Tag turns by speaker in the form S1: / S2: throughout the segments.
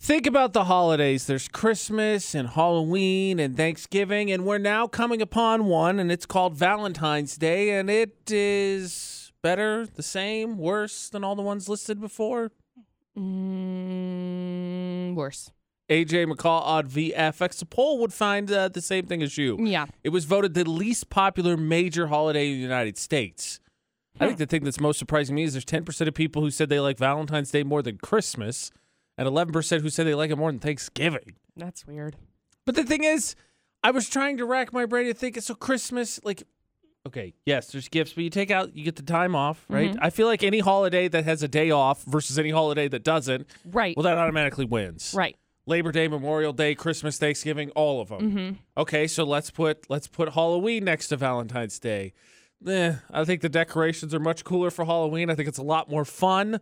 S1: Think about the holidays. There's Christmas and Halloween and Thanksgiving, and we're now coming upon one, and it's called Valentine's Day, and it is better, the same, worse than all the ones listed before.
S2: Mm, worse.
S1: AJ McCall on VFX. The poll would find uh, the same thing as you.
S2: Yeah.
S1: It was voted the least popular major holiday in the United States. I think the thing that's most surprising to me is there's 10% of people who said they like Valentine's Day more than Christmas, and 11% who said they like it more than Thanksgiving.
S2: That's weird.
S1: But the thing is, I was trying to rack my brain to think, so Christmas, like, okay, yes, there's gifts, but you take out, you get the time off, right? I feel like any holiday that has a day off versus any holiday that doesn't,
S2: Right.
S1: well, that automatically wins.
S2: right.
S1: Labor Day, Memorial Day, Christmas, Thanksgiving, all of them. Okay, so let's put let's put Halloween next to Valentine's Day. Eh, I think the decorations are much cooler for Halloween. I think it's a lot more fun,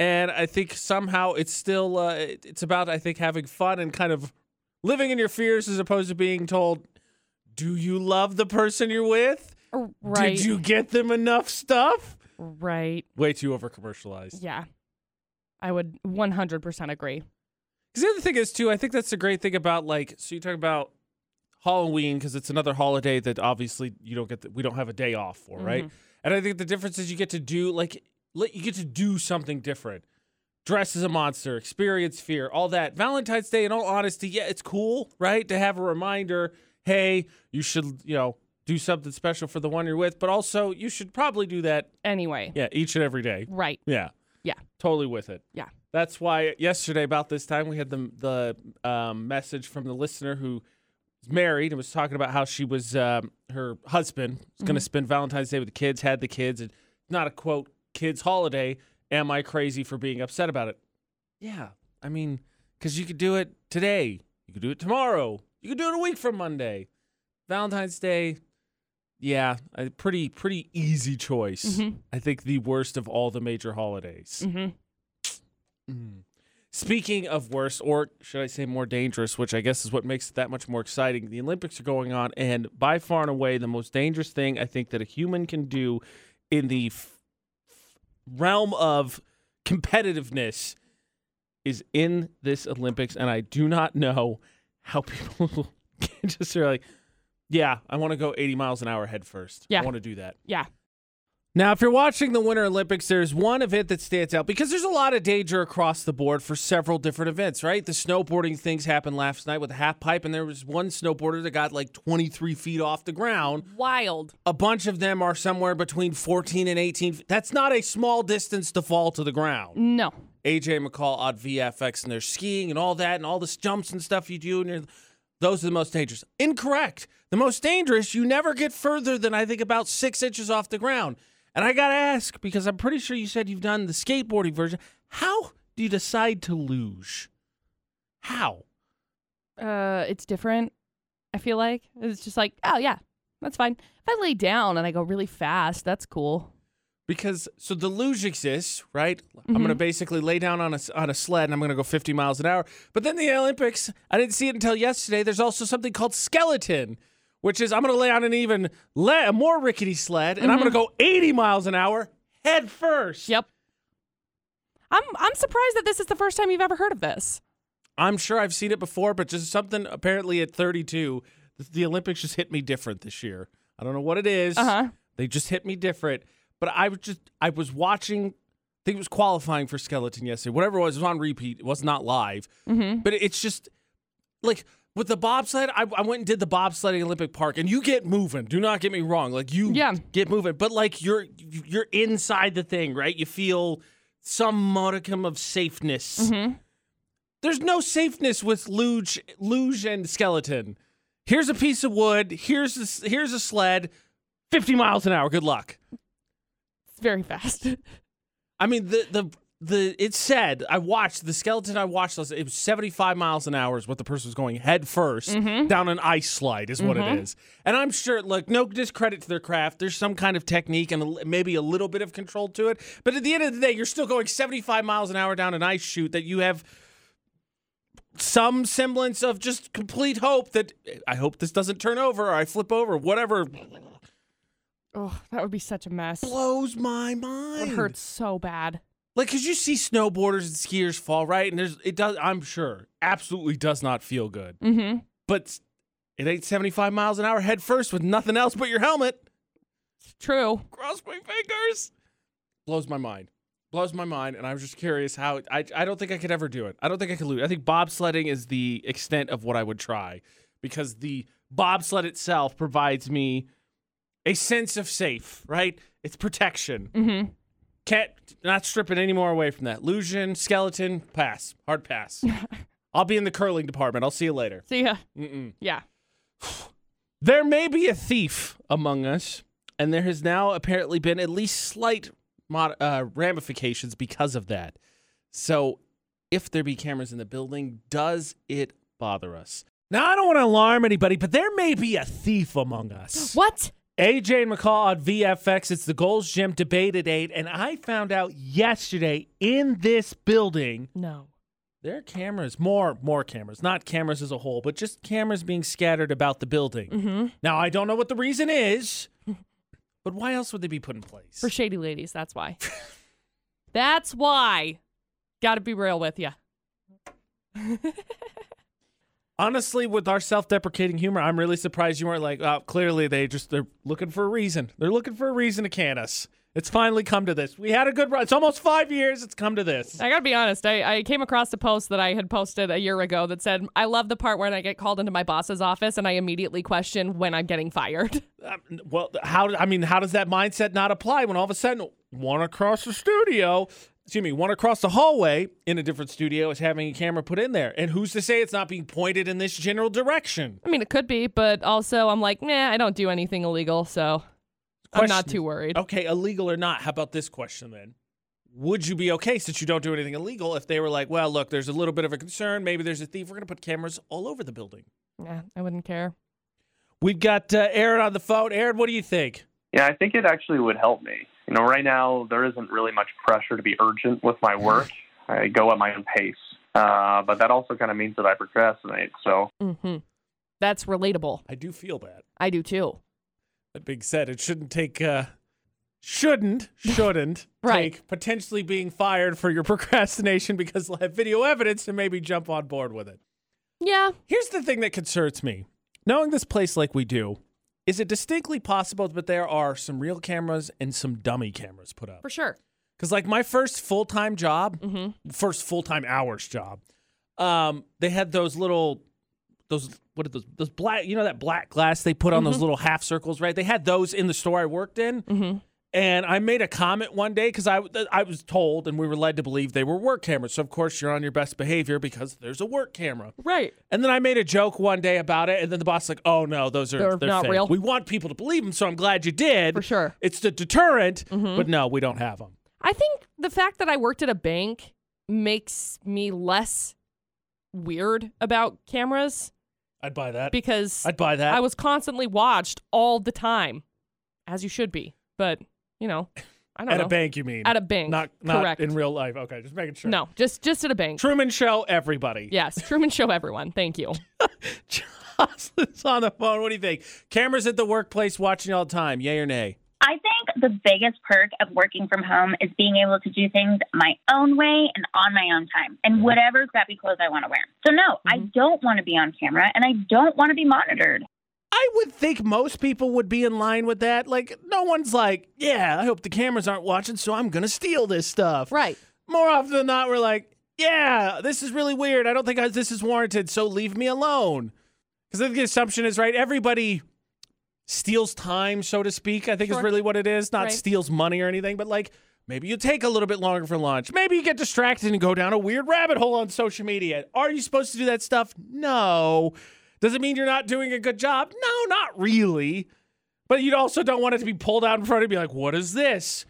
S1: and I think somehow it's still uh, it- it's about I think having fun and kind of living in your fears as opposed to being told, "Do you love the person you're with?
S2: Uh, Right.
S1: Did you get them enough stuff?"
S2: Right.
S1: Way too over commercialized.
S2: Yeah. I would 100% agree.
S1: Because the other thing is too, I think that's the great thing about like. So you talk about Halloween because it's another holiday that obviously you don't get. The, we don't have a day off for, right? And I think the difference is you get to do like let- you get to do something different. Dress as a monster, experience fear, all that. Valentine's Day, in all honesty, yeah, it's cool, right? To have a reminder, hey, you should, you know, do something special for the one you're with, but also you should probably do that,
S2: Anyway.
S1: yeah, each and every day.
S2: Right.
S1: Yeah.
S2: Yeah.
S1: Totally with it.
S2: Yeah.
S1: That's why yesterday about this time we had the the um, message from the listener who is married and was talking about how she was um, her husband was going to
S2: Mm-hmm.
S1: spend Valentine's Day with the kids, had the kids, and not a quote kids holiday. Am I crazy for being upset about it? Yeah, I mean, because you could do it today, you could do it tomorrow, you could do it a week from Monday. Valentine's Day, yeah, a pretty pretty easy choice.
S2: Mhm.
S1: I think the worst of all the major holidays.
S2: Mm-hmm.
S1: Speaking of worse, or should I say more dangerous, which I guess is what makes it that much more exciting, the Olympics are going on, and by far and away, the most dangerous thing I think that a human can do in the f- realm of competitiveness is in this Olympics. And I do not know how people can just are like, yeah, I want to go 80 miles an hour head first.
S2: Yeah.
S1: I want to do that.
S2: Yeah.
S1: Now, if you're watching the Winter Olympics, there's one event that stands out because there's a lot of danger across the board for several different events, right? The snowboarding things happened last night with a half pipe, and there was one snowboarder that got like 23 feet off the ground.
S2: Wild.
S1: A bunch of them are somewhere between 14 and 18. That's not a small distance to fall to the ground.
S2: No.
S1: AJ McCall on VFX and there's skiing and all that and all this jumps and stuff you do and you're, those are the most dangerous. Incorrect. The most dangerous, you never get further than I think about six inches off the ground. And I gotta ask because I'm pretty sure you said you've done the skateboarding version. How do you decide to luge? How?
S2: Uh, it's different. I feel like it's just like, oh yeah, that's fine. If I lay down and I go really fast, that's cool.
S1: Because so the luge exists, right? I'm
S2: Mm-hmm.
S1: gonna basically lay down on a s- on a sled and I'm gonna go 50 miles an hour. But then the Olympics, I didn't see it until yesterday. There's also something called skeleton, which is I'm gonna lay on an even le- a more rickety sled and I'm gonna go 80 miles an hour head first.
S2: Mm-hmm. Yep. I'm I'm surprised that this is the first time you've ever heard of this.
S1: I'm sure I've seen it before, but just something apparently at 32, th- the Olympics just hit me different this year. I don't know what it is.
S2: Uh-huh.
S1: They just hit me different. But I was just I was watching. I think it was qualifying for skeleton yesterday. Whatever it was, it was on repeat. It was not live. But it's just like with the bobsled. I, I went and did the bobsledding Olympic Park, and you get moving. Do not get me wrong. Like you
S2: Yeah.
S1: get moving, but like you're you're inside the thing, right? You feel some modicum of safeness there's no safeness with luge, luge and skeleton. Here's a piece of wood. Here's a, s- here's a sled. 50 miles an hour. Good luck.
S2: It's very fast.
S1: I mean the the the it said I watched the skeleton I watched was- it was 75 miles an hour is what the person was going head 1st down an ice slide is what it is. And I'm sure look no discredit to their craft there's some kind of technique and a li- maybe a little bit of control to it but at the end of the day you're still going 75 miles an hour down an ice chute that you have some semblance of just complete hope that I hope this doesn't turn over or I flip over whatever
S2: oh, that would be such a mess.
S1: blows my mind.
S2: It hurts so bad.
S1: Like, cause you see snowboarders and skiers fall, right? And there's it does. I'm sure absolutely does not feel good.
S2: Mm-hmm.
S1: But s- it ain't 75 miles an hour head first with nothing else but your helmet.
S2: It's true.
S1: Cross my fingers. Blows my mind. Blows my mind. And I was just curious how I I don't think I could ever do it. I don't think I could lose. I think bobsledding is the extent of what I would try because the bobsled itself provides me a sense of safe, right? It's protection.
S2: Mm-hmm.
S1: Can't not stripping any more away from that. Illusion, skeleton, pass, hard pass. I'll be in the curling department. I'll see you later.
S2: So yeah,
S1: Mm-mm.
S2: yeah.
S1: There may be a thief among us, and there has now apparently been at least slight mod- uh, ramifications because of that. So, if there be cameras in the building, does it bother us? Now, I don't want to alarm anybody, but there may be a thief among us.
S2: What?
S1: AJ and McCall on VFX. It's the Goals Gym debate at 8. And I found out yesterday in this building
S2: No.
S1: there are cameras, more more cameras, not cameras as a whole, but just cameras being scattered about the building.
S2: Mm-hmm.
S1: Now I don't know what the reason is, but why else would they be put in place?
S2: For shady ladies, that's why. that's why. Got to be real with you.
S1: Honestly, with our self-deprecating humor, I'm really surprised you weren't like, oh, clearly they just they're looking for a reason. They're looking for a reason to can us. It's finally come to this. We had a good run. It's almost five years. It's come to this.
S2: I gotta be honest. I, I came across a post that I had posted a year ago that said, "I love the part when I get called into my boss's office and I immediately question when I'm getting fired."
S1: Um, well, how I mean, how does that mindset not apply when all of a sudden one across the studio, excuse me, one across the hallway in a different studio is having a camera put in there, and who's to say it's not being pointed in this general direction?
S2: I mean, it could be, but also I'm like, nah, I don't do anything illegal, so I'm not
S1: Question-
S2: too worried.
S1: Okay, illegal or not? How about this question then? Would you be okay since you don't do anything illegal if they were like, well, look, there's a little bit of a concern, maybe there's a thief, we're gonna put cameras all over the building.
S2: Nah, I wouldn't care.
S1: We've got uh, Aaron on the phone. Aaron, what do you think?
S3: Yeah, I think it actually would help me. You know, right now there isn't really much pressure to be urgent with my work. I go at my own pace, uh, but that also kind of means that I procrastinate. So
S2: Mm-hmm. That's relatable.
S1: I do feel that.
S2: I do too.
S1: That being said, it shouldn't take uh shouldn't shouldn't
S2: Right.
S1: take potentially being fired for your procrastination because they'll have video evidence and maybe jump on board with it.
S2: Yeah.
S1: Here's the thing that concerns me. Knowing this place like we do, is it distinctly possible that there are some real cameras and some dummy cameras put up?
S2: For sure.
S1: Because like my first full time job,
S2: Mhm.
S1: first full time hours job, um, they had those little, those what are those? Those black, you know that black glass they put on
S2: Mm-hmm.
S1: those little half circles, right? They had those in the store I worked in,
S2: Mhm.
S1: and I made a comment one day because I I was told and we were led to believe they were work cameras. So of course you're on your best behavior because there's a work camera.
S2: Right.
S1: And then I made a joke one day about it, and then the boss like, "Oh no, those are
S2: They're not
S1: fake.
S2: real."
S1: We want people to believe them, so I'm glad you did.
S2: For sure. Mm-hmm.
S1: It's the deterrent, but no, we don't have them."
S2: I think the fact that I worked at a bank makes me less weird about cameras
S1: I'd buy that.
S2: because
S1: I'd buy that.
S2: I was constantly watched all the time, as you should be. But you know, I don't
S1: at
S2: know.
S1: a bank, you mean?
S2: At a bank,
S1: Not, not
S2: correct.
S1: in real life. Okay, just making sure.
S2: No, just just at a bank.
S1: Truman Show, everybody.
S2: Yes, Truman Show, everyone. Thank you.
S1: Jocelyn's on the phone. What do you think? Cameras at the workplace watching all the time. Yay or nay?
S4: I think the biggest perk of working from home is being able to do things my own way and on my own time and whatever crappy clothes I want to wear. So, no, I don't want to be on camera and I don't want to be monitored.
S1: I would think most people would be in line with that. Like, no one's like, yeah, I hope the cameras aren't watching, so I'm going to steal this stuff.
S2: Right.
S1: More often than not, we're like, yeah, this is really weird. I don't think I, this is warranted, so leave me alone. Because I think the assumption is, right, everybody steals time, so to speak, I think
S2: Sure.
S1: is really what it is. Not
S2: Right.
S1: steals money or anything, but like maybe you take a little bit longer for lunch. Maybe you get distracted and go down a weird rabbit hole on social media. Are you supposed to do that stuff? No. Does it mean you're not doing a good job? No, not really. But you also don't want it to be pulled out in front of you, be like, what is this?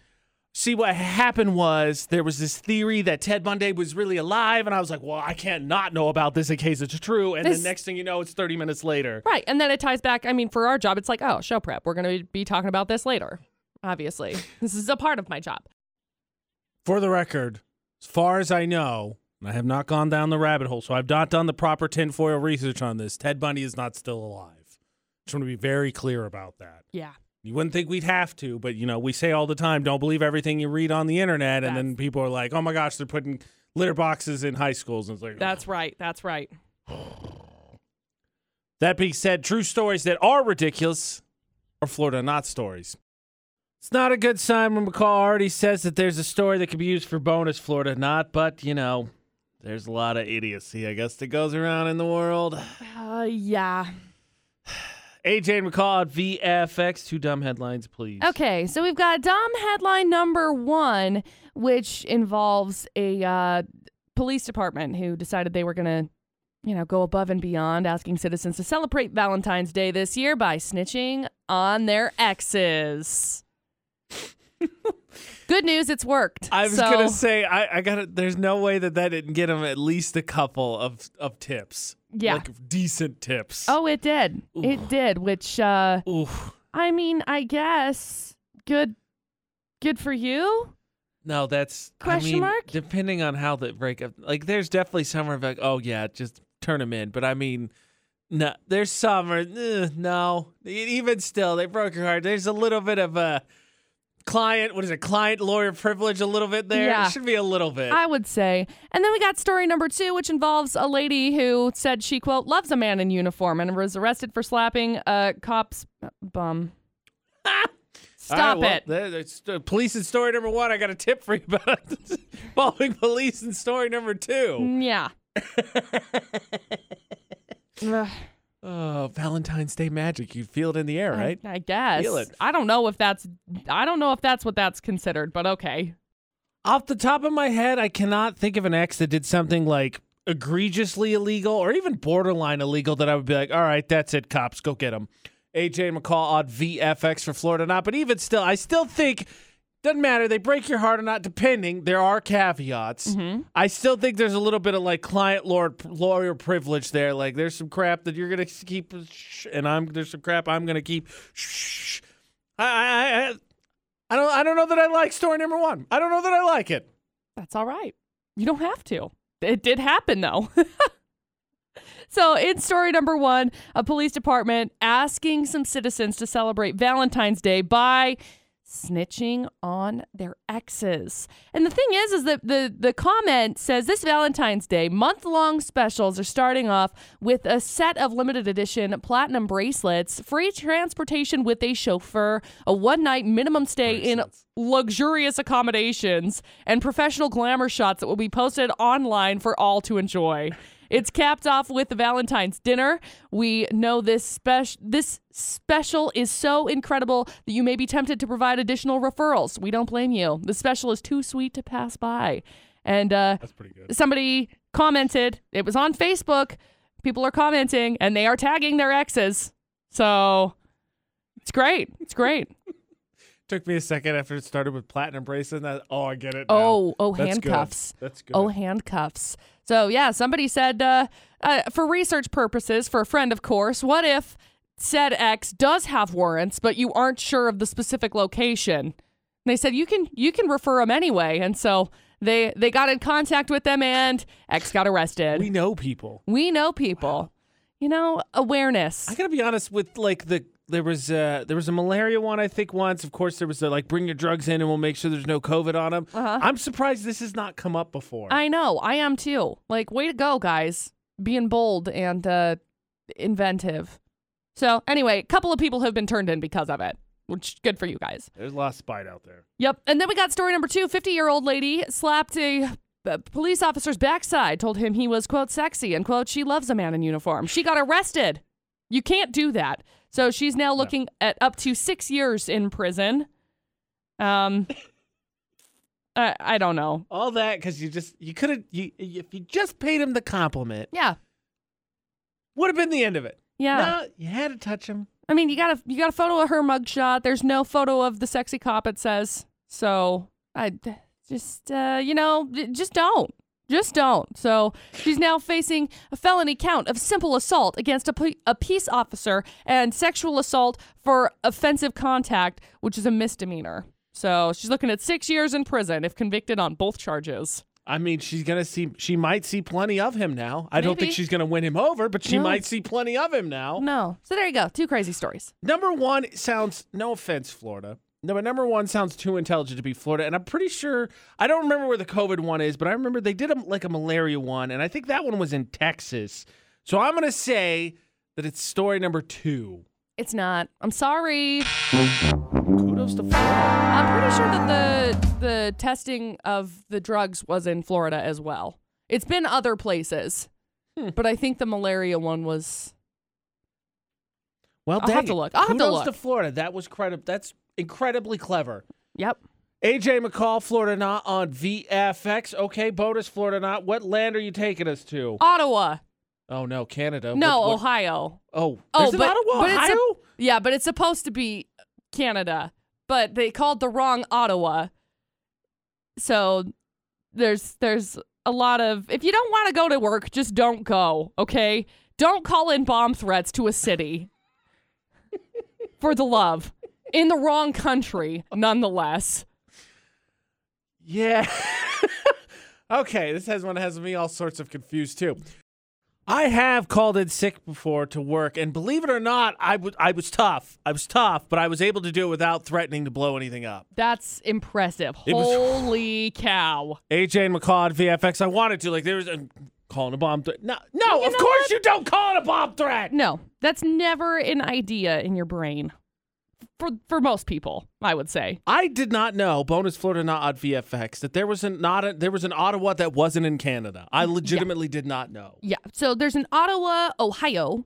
S1: See, what happened was there was this theory that Ted Bundy was really alive, and I was like, well, I can't not know about this in case it's true. And
S2: This-
S1: the next thing you know, it's 30 minutes later.
S2: Right. And then it ties back. I mean, for our job, it's like, oh, show prep. We're going to be talking about this later. Obviously, this is a part of my job.
S1: For the record, as far as I know, and I have not gone down the rabbit hole, so I've not done the proper tinfoil research on this. Ted Bundy is not still alive. Just want to be very clear about that.
S2: Yeah.
S1: You wouldn't think we'd have to, but you know, we say all the time, don't believe everything you read on the internet. And then
S2: That's-
S1: people are like, oh my gosh, they're putting litter boxes in high schools. And it's like,
S2: That's right. That's right.
S1: That being said, true stories that are ridiculous are Florida not stories. It's not a good sign when McCall already says that there's a story that could be used for bonus Florida not, but you know, there's a lot of idiocy, I guess, that goes around in the world.
S2: Uh, yeah.
S1: AJ and McCall at VFX. Two dumb headlines, please.
S2: Okay, so we've got dumb headline number one, which involves a uh, police department who decided they were going to, you know, go above and beyond, asking citizens to celebrate Valentine's Day this year by snitching on their exes. Good news, it's worked.
S1: I was
S2: So-
S1: gonna say I, I got There's no way that that didn't get him at least a couple of of tips.
S2: Yeah.
S1: like decent tips.
S2: Oh, it did. It did. Which, uh,
S1: Oof.
S2: I mean, I guess good, good for you.
S1: No, that's I
S2: Question
S1: mean,
S2: mark?
S1: Depending on how the breakup, like there's definitely some where I'm like, oh yeah, just turn them in. But I mean, no, there's some where eh, no, E- even still, they broke your heart. There's a little bit of a client. What is it? Client lawyer privilege? A little bit there.
S2: Yeah.
S1: It should be a little bit.
S2: I would say. And then we got story number two, which involves a lady who said she, quote, loves a man in uniform and was arrested for slapping a cop's bum.
S1: All right,
S2: Stop
S1: well,
S2: it.
S1: there- there's- uh, police and story number one. I got a tip for you about involving police and story number two.
S2: Mm, yeah. Ugh,
S1: Oh, Valentine's Day magic. You feel it in the air, right?
S2: I, I guess.
S1: Feel it.
S2: I don't know if that's I don't know if that's what that's considered, but okay.
S1: Off the top of my head, I cannot think of an ex that did something like egregiously illegal or even borderline illegal that I would be like, all right, that's it, cops, go get them. AJ McCall odd VFX for Florida not, but even still, I still think doesn't matter. They break your heart or not, depending. There are caveats.
S2: Mm-hmm.
S1: I still think there's a little bit of like client lawyer, lawyer privilege there. Like there's some crap that you're gonna keep, shh, and I'm there's some crap I'm gonna keep. Shh. I, I, I I don't I don't know that I like story number one. I don't know that I like it.
S2: That's all right. You don't have to. It did happen though. so, in story number one, a police department asking some citizens to celebrate Valentine's Day by snitching on their exes. And the thing is is that the the comment says this Valentine's Day month-long specials are starting off with a set of limited edition platinum bracelets, free transportation with a chauffeur, a one-night minimum stay in luxurious accommodations, and professional glamour shots that will be posted online for all to enjoy. It's capped off with the Valentine's dinner. We know this special this special is so incredible that you may be tempted to provide additional referrals. We don't blame you. The special is too sweet to pass by. And uh,
S1: That's pretty good.
S2: somebody commented, it was on Facebook. People are commenting and they are tagging their exes. So it's great. It's great.
S1: Took me a second after it started with platinum bracelet. and That, oh, I get it. now.
S2: Oh, oh,
S1: That's good.
S2: handcuffs.
S1: That's good.
S2: Oh, handcuffs. So, yeah, somebody said, uh, uh, for research purposes, for a friend, of course, what if said X does have warrants, but you aren't sure of the specific location? And they said you can you can refer them anyway, and so they they got in contact with them, and X got arrested.
S1: we
S2: We,
S1: know people.
S2: know people, you know, awareness.
S1: I gotta be honest with like the there was uh there was a malaria one I think once. Of course there was the like bring your drugs in and we'll make sure there's no COVID on them.
S2: Uh-huh.
S1: I'm surprised this has not come up before.
S2: I know, I am too. Like, way to go, guys, being bold and uh, inventive. So, anyway, a couple of people have been turned in because of it, which good for you guys.
S1: There's a lot of spite out there.
S2: Yep. And then we got story number two 50 year old lady slapped a. uh, police officer's backside told him he was, quote, sexy and, quote, she loves a man in uniform. She got arrested. You can't do that. So she's now looking at up to six years in prison. Um, I, I don't know.
S1: All that because you just you could have you if you just paid him the compliment
S2: Yeah.
S1: would have been the end of it.
S2: Yeah.
S1: No, you had to touch him.
S2: I mean, you got a you got a photo of her mugshot. There's no photo of the sexy cop. It says so. I d- just uh, you know j- just don't. Just don't. So she's now facing a felony count of simple assault against a, p- a peace officer and sexual assault for offensive contact, which is a misdemeanor. So she's looking at six years in prison if convicted on both charges.
S1: I mean, she's gonna see. She might see plenty of him now. I don't
S2: Maybe.
S1: think she's gonna win him over, but she
S2: No.
S1: might see plenty of him now.
S2: No. So there you go. Two crazy stories.
S1: Number one sounds. No offense, Florida. No, but number one sounds too intelligent to be Florida, and I'm pretty sure I don't remember where the COVID one is, but I remember they did a, like a malaria one, and I think that one was in Texas. So I'm gonna say that it's story number two.
S2: It's not. I'm sorry.
S1: Kudos to Florida.
S2: I'm pretty sure that the the testing of the drugs was in Florida as well. It's been other places,
S1: Hmm.
S2: but I think the malaria one was.
S1: Well,
S2: I'll have
S1: dang
S2: to
S1: it.
S2: look. I'll have to
S1: Kudos
S2: look.
S1: to Florida. That was credi- That's incredibly clever.
S2: Yep.
S1: AJ McCall, Florida Not on VFX. Okay, bonus Florida Not. What land are you taking us to?
S2: Ottawa.
S1: Oh no, Canada.
S2: No,
S1: What- what-
S2: Ohio.
S1: oh,
S2: Oh,
S1: there's an
S2: but-
S1: Ottawa,
S2: but it's a-
S1: Ohio.
S2: Yeah, but it's supposed to be Canada, but they called the wrong Ottawa. So there's there's a lot of if you don't want to go to work, just don't go, okay? Don't call in bomb threats to a city. for the love. In the wrong country, nonetheless.
S1: Yeah. okay, this has one that has me all sorts of confused too. I have called in sick before to work, and believe it or not, I wa- I was tough. I was tough, but I was able to do it without threatening to blow anything up.
S2: That's impressive.
S1: It was-
S2: Holy cow.
S1: AJ and McCall at VFX. I wanted to like there was a, calling a bomb threat. No, no,
S2: You
S1: of
S2: know
S1: course you don't call it a bomb threat.
S2: No, that's never an idea in your brain. For for most people, I would say.
S1: I did not know bonus Florida not on VFX that there was an not a, there was an Ottawa that wasn't in Canada. I legitimately did not know.
S2: Yeah. So there's an Ottawa, Ohio.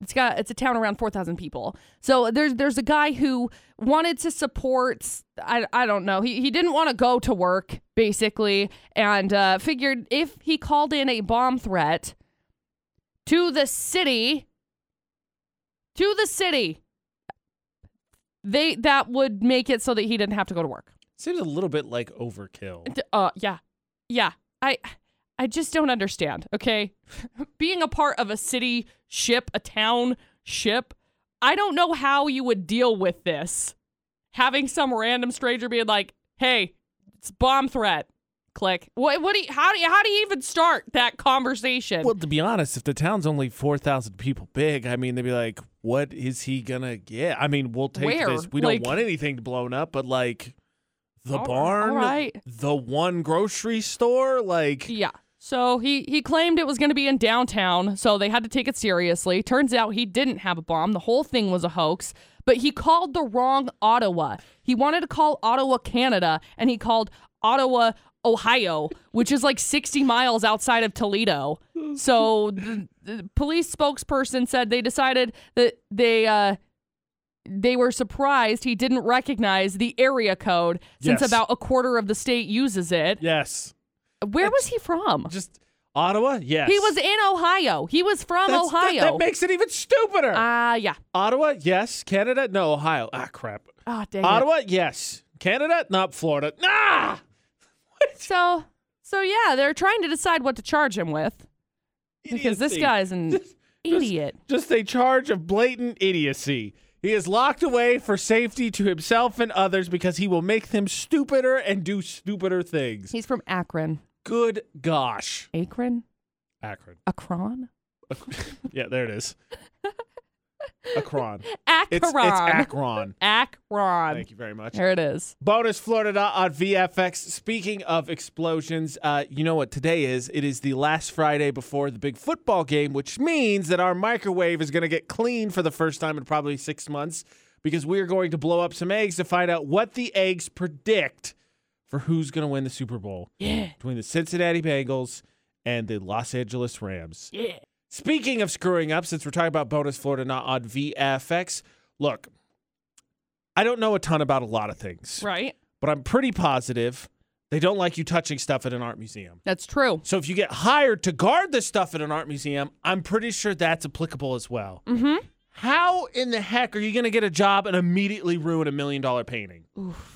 S2: It's got it's a town around 4,000 people. So there's there's a guy who wanted to support I, I don't know. He he didn't want to go to work basically and uh figured if he called in a bomb threat to the city to the city they that would make it so that he didn't have to go to work.
S1: Seems a little bit like overkill.
S2: D- Uh, yeah, yeah. I, I just don't understand. Okay, being a part of a city ship, a town ship, I don't know how you would deal with this. Having some random stranger being like, "Hey, it's bomb threat." Click. What? What do? You, how do? You, how do you even start that conversation?
S1: Well, to be honest, if the town's only four thousand people big, I mean, they'd be like, "What is he gonna get?" I mean, we'll take
S2: Where?
S1: this. We
S2: Like-
S1: don't want anything blown up, but like the
S2: All- all
S1: barn,
S2: right.
S1: the one grocery store, like
S2: Yeah. So he he claimed it was going to be in downtown, so they had to take it seriously. Turns out he didn't have a bomb. The whole thing was a hoax, but he called the wrong Ottawa. He wanted to call Ottawa, Canada, and he called Ottawa, Ohio, which is like 60 miles outside of Toledo. So the, the police spokesperson said they decided that they uh they were surprised he didn't recognize the area code since
S1: Yes.
S2: about a quarter of the state uses it.
S1: yes,
S2: Where was he from?
S1: just Ottawa. Yes,
S2: He was in Ohio. He was from
S1: That's- that-
S2: Ohio.
S1: That, makes it even stupider.
S2: Ah, yeah.
S1: Ottawa, yes. Canada, no. Ohio. Ah, crap.
S2: Oh, dang it.
S1: Ottawa, yes. Canada, not Florida. Nah.
S2: So, so yeah, they're trying to decide what to charge him with because this
S1: Idiocy.
S2: guy's an idiot.
S1: just a charge of blatant idiocy. He is locked away for safety to himself and others because he will make them stupider and do stupider things.
S2: He's from Akron.
S1: Good gosh,
S2: Akron?
S1: Akron.
S2: Akron?
S1: yeah, there it is. Akron.
S2: Akron.
S1: It's, it's Akron.
S2: Akron.
S1: Thank you very much.
S2: There it is.
S1: Bonus Florida on VFX. Speaking of explosions, uh, you know what today is? It is the last Friday before the big football game, which means that our microwave is going to get clean for the first time in probably six months because we are going to blow up some eggs to find out what the eggs predict for who's going to win the Super Bowl
S2: Yeah.
S1: between the Cincinnati Bengals and the Los Angeles Rams.
S2: Yeah.
S1: Speaking of screwing up, since we're talking about bonus Florida not on VFX, look, I don't know a ton about a lot of things
S2: Right?
S1: but I'm pretty positive they don't like you touching stuff at an art museum.
S2: That's true.
S1: So if you get hired to guard this stuff at an art museum, I'm pretty sure that's applicable as well.
S2: Mm
S1: How in the heck are you going to get a job and immediately ruin a million dollar painting?
S2: hmm. Oof.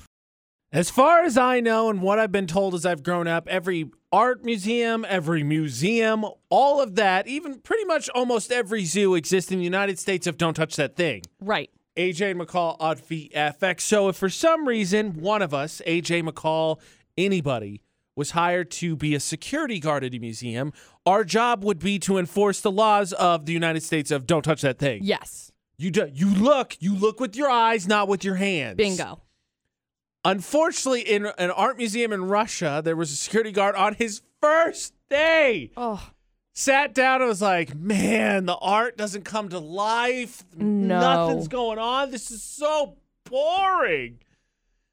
S1: As far as I know and what I've been told as I've grown up, every art museum, every museum, all of that, even pretty much almost every zoo exists in the United States of don't touch that thing.
S2: Right.
S1: AJ and McCall on VFX. So if for some reason one of us, AJ McCall, anybody, was hired to be a security guard at a museum, our job would be to enforce the laws of the United States of don't touch that thing.
S2: Yes.
S1: You do, you look, you look with your eyes, not with your hands.
S2: Bingo.
S1: Unfortunately, in an art museum in Russia, there was a security guard on his first day.
S2: Oh,
S1: Sat down and was like, "Man, the art doesn't come to life.
S2: No.
S1: Nothing's going on. This is so boring."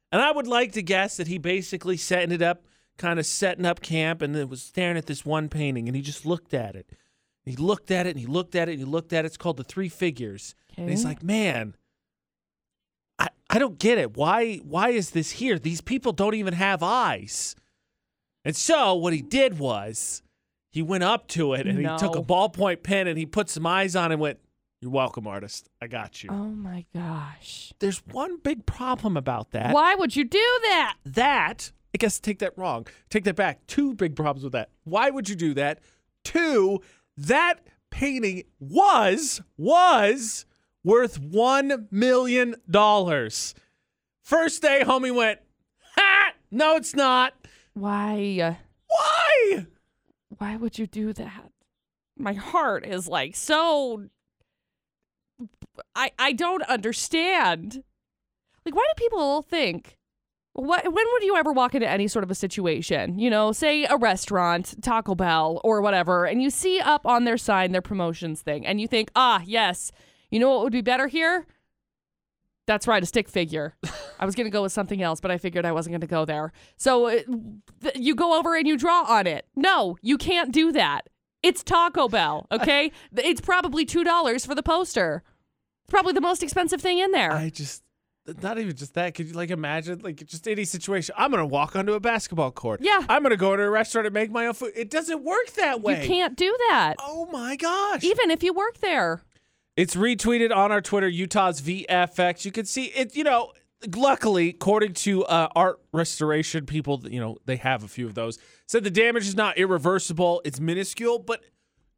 S1: And I would like to guess that he basically setting it up, kind of setting up camp, and then was staring at this one painting, and he just looked at it. He looked at it, and he looked at it, and he looked at it. It's called the Three Figures. And he's
S2: Okay.
S1: like, man, I, I don't get it. Why why is this here? These people don't even have eyes. And so what he did was he went up to it and he took a
S2: No.
S1: ballpoint pen and he put some eyes on it and went, You're welcome, artist. I got you.
S2: oh my gosh.
S1: There's one big problem about that.
S2: Why would you do that?
S1: That I guess take that wrong. Take that back. Two big problems with that. Why would you do that? Two, that painting was was worth one million dollars. First day home he went, Ha! No, it's not.
S2: Why?
S1: Why?
S2: Why would you do that? My heart is like so. I I don't understand. Like, why do people think? What, when would you ever walk into any sort of a situation, you know, say a restaurant, Taco Bell, or whatever, and you see up on their sign their promotions thing, and you think, ah, yes, you know what would be better here? That's right, a stick figure. I was going to go with something else, but I figured I wasn't going to go there. So uh, th- you go over and you draw on it. No, you can't do that. It's Taco Bell, okay? it's probably $2 for the poster. It's probably the most expensive thing in there.
S1: I just not even just that. Could you like imagine like just any situation? I'm gonna walk onto a basketball court.
S2: Yeah.
S1: I'm gonna go to a restaurant and make my own food. It doesn't work that
S2: you
S1: way.
S2: can't do that.
S1: Oh my gosh.
S2: even if you work there.
S1: It's retweeted on our Twitter, Utah's VFX. You can see it, you know, luckily, according to uh, art restoration people, you know, they have a few of those, said the damage is not irreversible. It's minuscule, but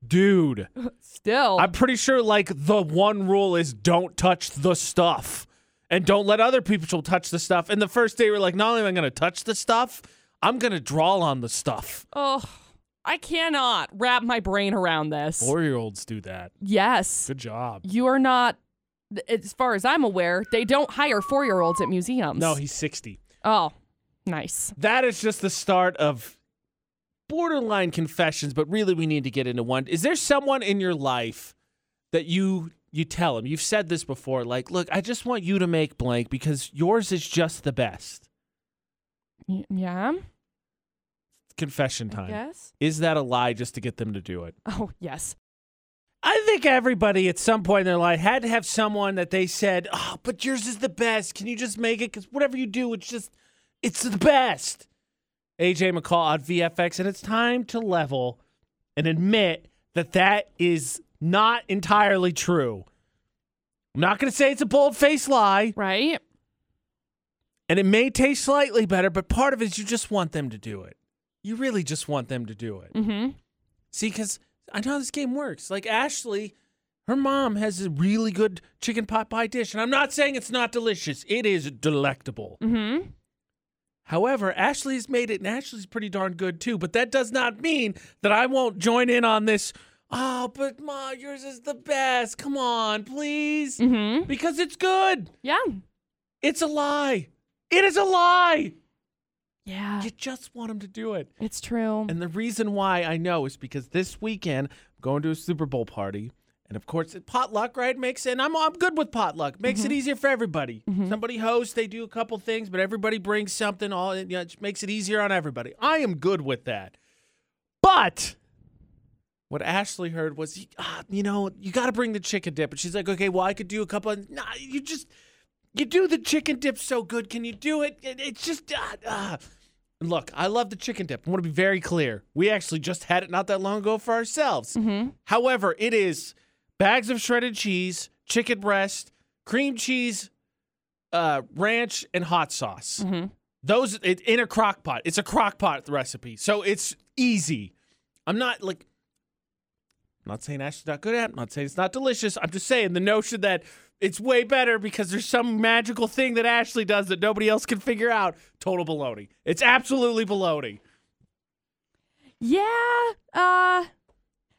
S1: dude,
S2: Still,
S1: I'm pretty sure like the one rule is don't touch the stuff and don't let other people touch the stuff. And the first day, we're like, not only am I going to touch the stuff, I'm going to draw on the stuff.
S2: oh, I cannot wrap my brain around this.
S1: Four year olds do that.
S2: yes,
S1: Good job.
S2: you are not. As far as I'm aware, they don't hire four-year-olds at museums.
S1: No, he's 60.
S2: oh, nice.
S1: that is just the start of borderline confessions but really we need to get into one is there someone in your life that you you tell them you've said this before like look i just want you to make blank because yours is just the best
S2: Y- yeah.
S1: confession time
S2: Yes.
S1: is that a lie just to get them to do it
S2: Oh, yes.
S1: i think everybody at some point in their life had to have someone that they said oh but yours is the best can you just make it because whatever you do it's just it's the best. AJ McCall on VFX, and it's time to level and admit that that is not entirely true. I'm not going to say it's a bold faced lie,
S2: Right.
S1: and it may taste slightly better, but part of it is you just want them to do it. You really just want them to do it.
S2: Mm-hmm.
S1: See, because I know how this game works. Like Ashley, her mom has a really good chicken pot pie dish, and I'm not saying it's not delicious, it is delectable.
S2: Mm-hmm.
S1: However, Ashley's made it, and Ashley's pretty darn good too. But that does not mean that I won't join in on this. Oh, but Ma, yours is the best. Come on, please.
S2: Mm-hmm.
S1: Because it's good.
S2: Yeah.
S1: It's a lie. It is a lie.
S2: Yeah.
S1: You just want them to do it.
S2: It's true.
S1: And the reason why I know is because this weekend I'm going to a Super Bowl party. And of course, it- potluck, right? Makes and I'm I'm good with potluck. Makes it easier for everybody. Somebody hosts, they do a couple things, but everybody brings something. All you know, it just makes it easier on everybody. I am good with that. But what Ashley heard was, he- ah, you know, you got to bring the chicken dip. And she's like, okay, well, I could do a couple. Of, nah, you just you do the chicken dip so good. Can you do it? It- it's just ah, ah. And Look, I love the chicken dip. I want to be very clear. We actually just had it not that long ago for ourselves.
S2: Mm-hmm.
S1: However, it is bags of shredded cheese, chicken breast, cream cheese, uh, ranch, and hot sauce.
S2: Mm-hmm.
S1: Those it, in a crock pot. It's a crock pot recipe, so it's easy. I'm not like, I'm not saying Ashley's not good at. it. I'm not saying it's not delicious. I'm just saying the notion that it's way better because there's some magical thing that Ashley does that nobody else can figure out. Total baloney. It's absolutely baloney.
S2: Yeah. Uh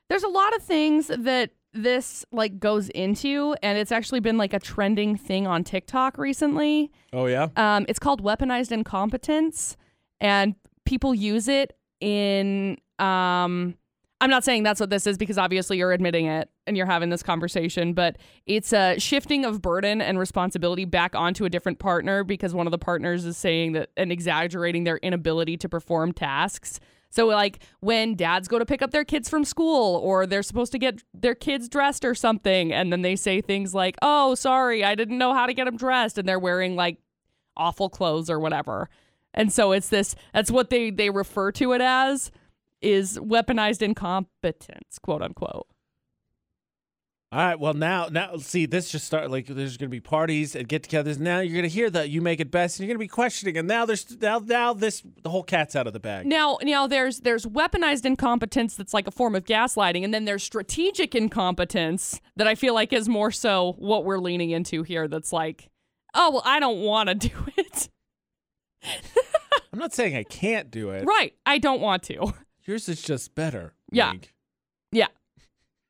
S2: there's a lot of things that this like goes into and it's actually been like a trending thing on TikTok recently.
S1: Oh yeah.
S2: Um it's called weaponized incompetence and people use it in um I'm not saying that's what this is because obviously you're admitting it and you're having this conversation, but it's a shifting of burden and responsibility back onto a different partner because one of the partners is saying that and exaggerating their inability to perform tasks. So, like when dads go to pick up their kids from school or they're supposed to get their kids dressed or something, and then they say things like, oh, sorry, I didn't know how to get them dressed, and they're wearing like awful clothes or whatever. And so it's this that's what they they refer to it as is weaponized incompetence, quote unquote.
S1: All right. Well, now, now, see, this just start like there's going to be parties and get-togethers. Now you're going to hear that you make it best, and you're going to be questioning. And now there's now now this the whole cat's out of the bag.
S2: Now, now there's there's weaponized incompetence that's like a form of gaslighting, and then there's strategic incompetence that I feel like is more so what we're leaning into here. That's like, oh well, I don't want to do it.
S1: I'm not saying I can't do it.
S2: right, I don't want to.
S1: Yours is just better.
S2: Yeah.
S1: Meg.
S2: Yeah.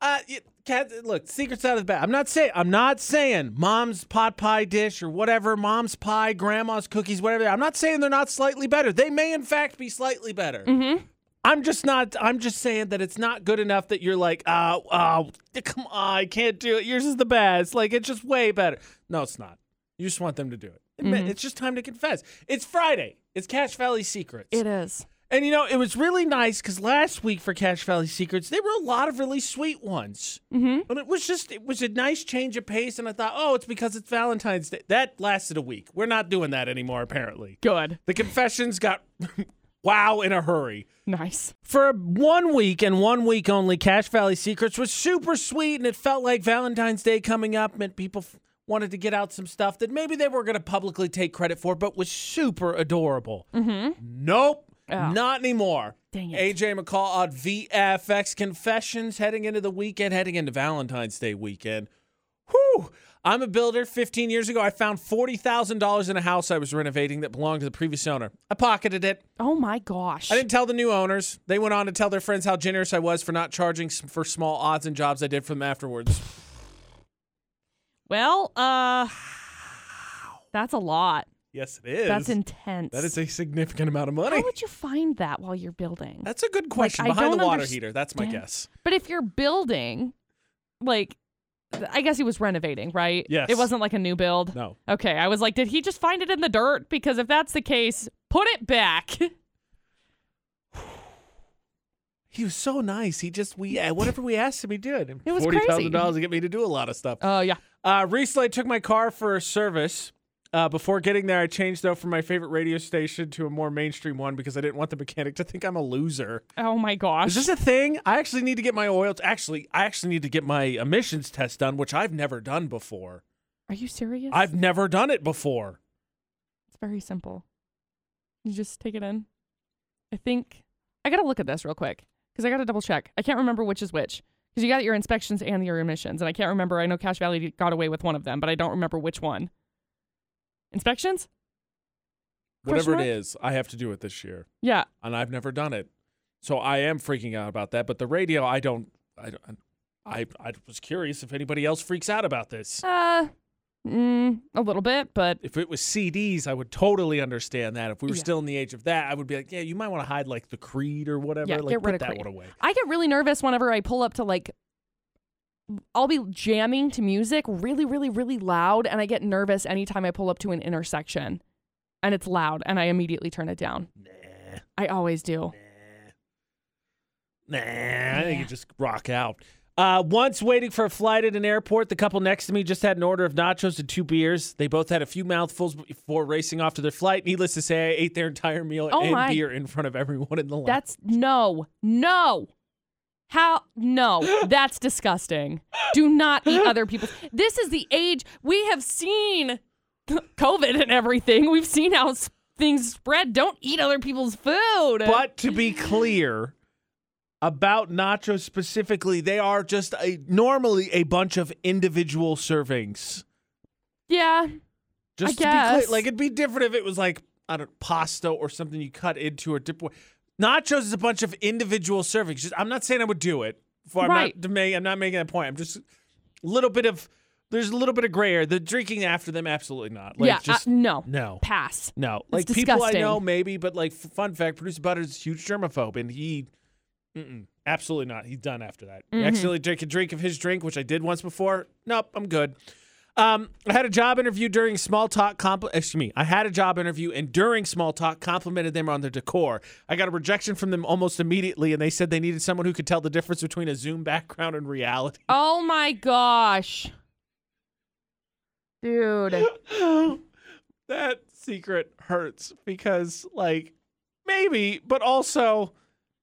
S1: Uh, y- cat, look, secrets out of the bag. I'm not saying I'm not saying mom's pot pie dish or whatever, mom's pie, grandma's cookies, whatever. I'm not saying they're not slightly better. They may in fact be slightly better.
S2: Mm-hmm.
S1: I'm just not. I'm just saying that it's not good enough that you're like, uh, uh, come on, I can't do it. Yours is the best. Like it's just way better. No, it's not. You just want them to do it. Admit-
S2: Mhm.
S1: It's just time to confess. It's Friday. It's Cash Valley Secrets.
S2: It is.
S1: And you know, it was really nice because last week for Cash Valley Secrets, there were a lot of really sweet ones.
S2: Mm-hmm.
S1: But it was just, it was a nice change of pace. And I thought, oh, it's because it's Valentine's Day. That lasted a week. We're not doing that anymore, apparently.
S2: Good.
S1: The confessions got wow in a hurry.
S2: Nice.
S1: For one week and one week only, Cash Valley Secrets was super sweet. And it felt like Valentine's Day coming up meant people. F- Wanted to get out some stuff that maybe they were going to publicly take credit for, but was super adorable.
S2: Mm-hmm.
S1: Nope,
S2: Oh.
S1: not anymore.
S2: Dang it.
S1: AJ McCall on VFX Confessions heading into the weekend, heading into Valentine's Day weekend. Whew! I'm a builder. 15 years ago, I found $40,000 in a house I was renovating that belonged to the previous owner. I pocketed it.
S2: Oh my gosh.
S1: I didn't tell the new owners. They went on to tell their friends how generous I was for not charging s- for small odds and jobs I did for them afterwards.
S2: Well, uh, that's a lot.
S1: Yes, it is.
S2: That's intense.
S1: that is a significant amount of
S2: How
S1: money.
S2: would you find that while you're building?
S1: That's a good question.
S2: I
S1: Behind the
S2: don't
S1: water
S2: underst-
S1: heater. That's my
S2: Damn.
S1: guess.
S2: But if you're building, like, th- I guess he was renovating, right?
S1: Yes.
S2: It wasn't like a new build.
S1: No.
S2: Okay, I was like, did he just find it in the dirt? Because if that's the case, put it back.
S1: He was so nice. He just we uh, whatever we asked him, he did. And
S2: It was
S1: forty
S2: crazy.
S1: thousand dollars to get me to do a lot of stuff.
S2: Oh yeah.
S1: Uh, recently, I took my car for a service. Uh, before getting there, I changed though from my favorite radio station to a more mainstream one because I didn't want the mechanic to think I'm a loser.
S2: Oh my gosh.
S1: Is this a thing? I actually need to get my oil. T- actually, I actually need to get my emissions test done, which I've never done before.
S2: Are you serious?
S1: I've never done it before.
S2: It's very simple. You just take it in. I think I gotta look at this real quick because I gotta double check. I can't remember which is which because you got your inspections and your emissions, and I can't remember. I know Cash Valley got away with one of them, but I don't remember which one. Inspections? Question
S1: Whatever it
S2: mark?
S1: is, I have to do it this year,
S2: Yeah.
S1: and I've never done it, so I am freaking out about that. But the radio, I don't. I don't. I, I was curious if anybody else freaks out about this.
S2: Uh, mm, a little bit, but
S1: if it was CDs, I would totally understand that. If we were
S2: Yeah.
S1: still in the age of that, I would be like, yeah, you might want to hide like the Creed or whatever.
S2: Yeah,
S1: like
S2: get rid
S1: put
S2: of
S1: that
S2: Creed.
S1: one away.
S2: I get really nervous whenever I pull up to like I'll be jamming to music really really really loud and I get nervous anytime I pull up to an intersection and it's loud and I immediately turn it down.
S1: Nah,
S2: I always do.
S1: nah. I think you just rock out. Uh, once waiting for a flight at an airport, the couple next to me just had an order of nachos and two beers. They both had a few mouthfuls before racing off to their flight. Needless to say, I ate their entire meal
S2: Oh
S1: and
S2: my.
S1: beer in front of everyone in the line.
S2: That's no. No. How no, that's disgusting. Do not eat other people's. This is the age we have seen COVID and everything. We've seen how s- things spread. Don't eat other people's food.
S1: But to be clear about nachos specifically, they are just a, normally a bunch of individual servings.
S2: yeah.
S1: Just to be
S2: guess.
S1: clear, like it'd be different if it was like I don't pasta or something you cut into or dip. Nachos is a bunch of individual servings. Just, I'm not saying I would do it. For, I'm,
S2: Right.
S1: not, dema- I'm not making that point. I'm just a little bit of, there's a little bit of gray area. The drinking after them, absolutely not. Like,
S2: yeah,
S1: just,
S2: uh, no,
S1: no.
S2: pass.
S1: No. Like people I
S2: disgusting.
S1: know, maybe, but like, f- fun fact producer Butters is a huge germaphobe, and he, mm-mm, absolutely not. He's done after that. He accidentally drank a drink of his drink, which I did once before. Nope, I'm good. Um, I had a job interview during small talk. Compl- excuse me. I had a job interview and during small talk complimented them on their decor. I got a rejection from them almost immediately, and they said they needed someone who could tell the difference between a Zoom background and reality.
S2: Oh my gosh, dude.
S1: that secret hurts because like maybe but also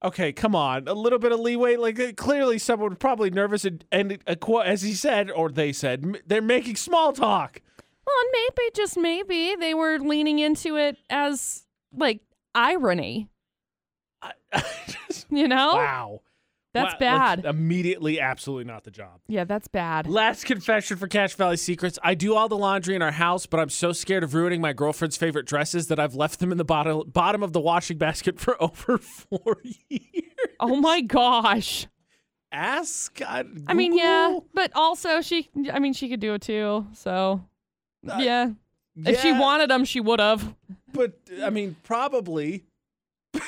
S1: okay come on a little bit of leeway like uh, clearly someone was probably nervous and, and uh, qu- as he said or they said m- they're making small talk
S2: Well, and maybe just maybe they were leaning into it as like irony.
S1: I- I just-
S2: You know,
S1: wow
S2: Oh, that's
S1: Wow, like,
S2: bad.
S1: immediately absolutely not the job
S2: yeah, that's bad.
S1: Last confession for Cash Valley Secrets. I do all the laundry in our house, but I'm so scared of ruining my girlfriend's favorite dresses that I've left them in the bottom, bottom of the washing basket for over four years.
S2: Oh my gosh.
S1: Ask. I,
S2: I mean, yeah,
S1: Google?
S2: but also she. I mean, she could do it too. So,
S1: Uh,
S2: yeah. If she
S1: Yeah,
S2: wanted them, she would have.
S1: But, I mean, probably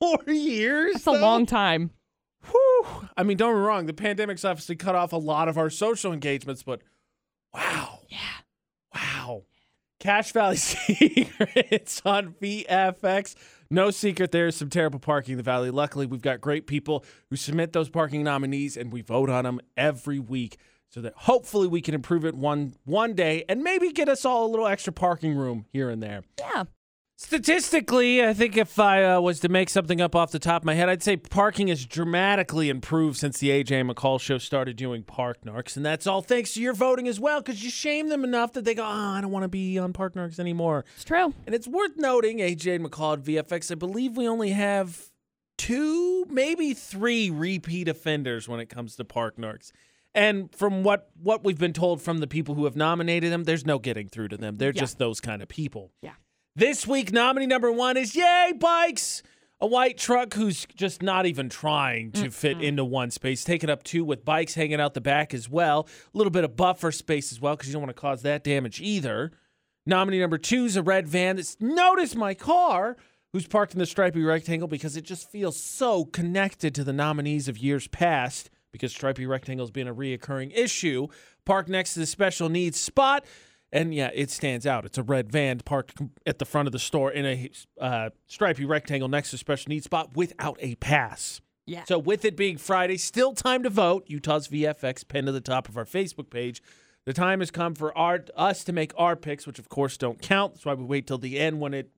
S1: four years.
S2: That's a
S1: though?
S2: long time.
S1: Whew. I mean, don't get me wrong. The pandemic's obviously cut off a lot of our social engagements, but wow. Yeah. Wow. Cash Valley Secrets on VFX. No secret there is some terrible parking in the Valley. Luckily, we've got great people who submit those parking nominees and we vote on them every week so that hopefully we can improve it one one day and maybe get us all a little extra parking room here and there.
S2: Yeah.
S1: Statistically, I think if I uh, was to make something up off the top of my head, I'd say parking has dramatically improved since the AJ McCall show started doing Park Narcs, and that's all thanks to your voting as well, because you shame them enough that they go, "Ah, I don't want to be on Park Narcs anymore."
S2: It's true.
S1: And it's worth noting, AJ and McCall at VFX, I believe we only have two, maybe three repeat offenders when it comes to Park Narcs. And from what what we've been told from the people who have nominated them, there's no getting through to them. They're
S2: Yeah.
S1: just those kind of people.
S2: Yeah.
S1: This week, nominee number one is Yay Bikes, a white truck who's just not even trying to fit into one space, taking up two with bikes hanging out the back as well. A little bit of buffer space as well because you don't want to cause that damage either. Nominee number two is a red van that's noticed my car, who's parked in the stripy rectangle because it just feels so connected to the nominees of years past because stripy rectangle's been a reoccurring issue. Parked next to the special needs spot. And yeah, it stands out. It's a red van parked com- at the front of the store in a uh, stripy rectangle next to special needs spot without a pass.
S2: Yeah.
S1: So with it being Friday, still time to vote. Utah's VFX pinned to the top of our Facebook page. The time has come for our us to make our picks, which of course don't count. That's why we wait till the end when it's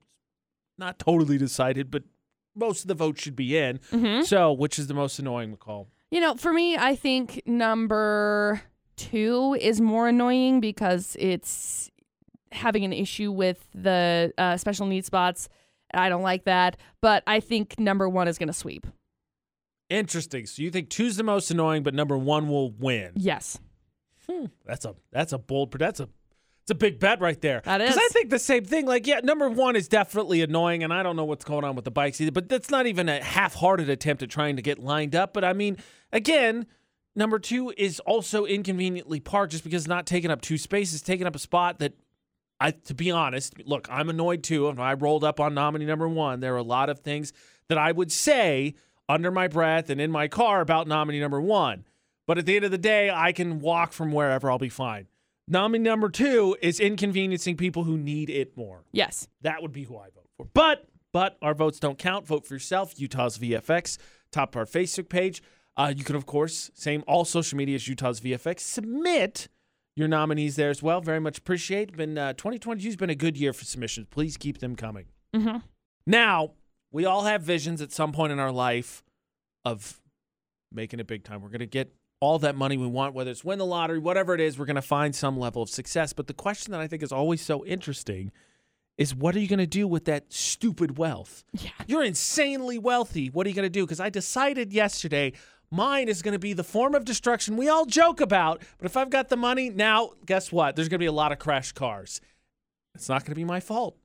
S1: not totally decided, but most of the votes should be in.
S2: hmm
S1: So, which is the most annoying, McCall?
S2: You know, for me, I think number two is more annoying because it's having an issue with the uh, special needs spots. I don't like that, but I think number one is going to sweep.
S1: Interesting. So you think two's the most annoying, but number one will win.
S2: Yes. Hmm.
S1: That's a that's a bold. pred- That's a it's a big bet right there.
S2: That
S1: Because I
S2: is.
S1: think the same thing. Like, yeah, number one is definitely annoying, and I don't know what's going on with the bikes either. But that's not even a half-hearted attempt at trying to get lined up. But I mean, again, number two is also inconveniently parked just because not taking up two spaces, taking up a spot that. I, to be honest, look, I'm annoyed too. And I rolled up on nominee number one. There are a lot of things that I would say under my breath and in my car about nominee number one. But at the end of the day, I can walk from wherever. I'll be fine. Nominee number two is inconveniencing people who need it more.
S2: Yes.
S1: That would be who I vote for. But but our votes don't count. Vote for yourself. Utah's VFX. Top of our Facebook page. Uh, you can of course same all social media as Utah's VFX. Submit your nominees there as well. Very much appreciate. Been uh, 2022's been a good year for submissions. Please keep them coming.
S2: hmm
S1: Now, we all have visions at some point in our life of making it big time. We're going to get all that money we want, whether it's win the lottery, whatever it is, we're going to find some level of success. But the question that I think is always so interesting is what are you going to do with that stupid wealth?
S2: Yeah.
S1: You're insanely wealthy. What are you going to do? Because I decided yesterday mine is going to be the form of destruction we all joke about. But if I've got the money, now guess what? There's going to be a lot of crashed cars. It's not going to be my fault.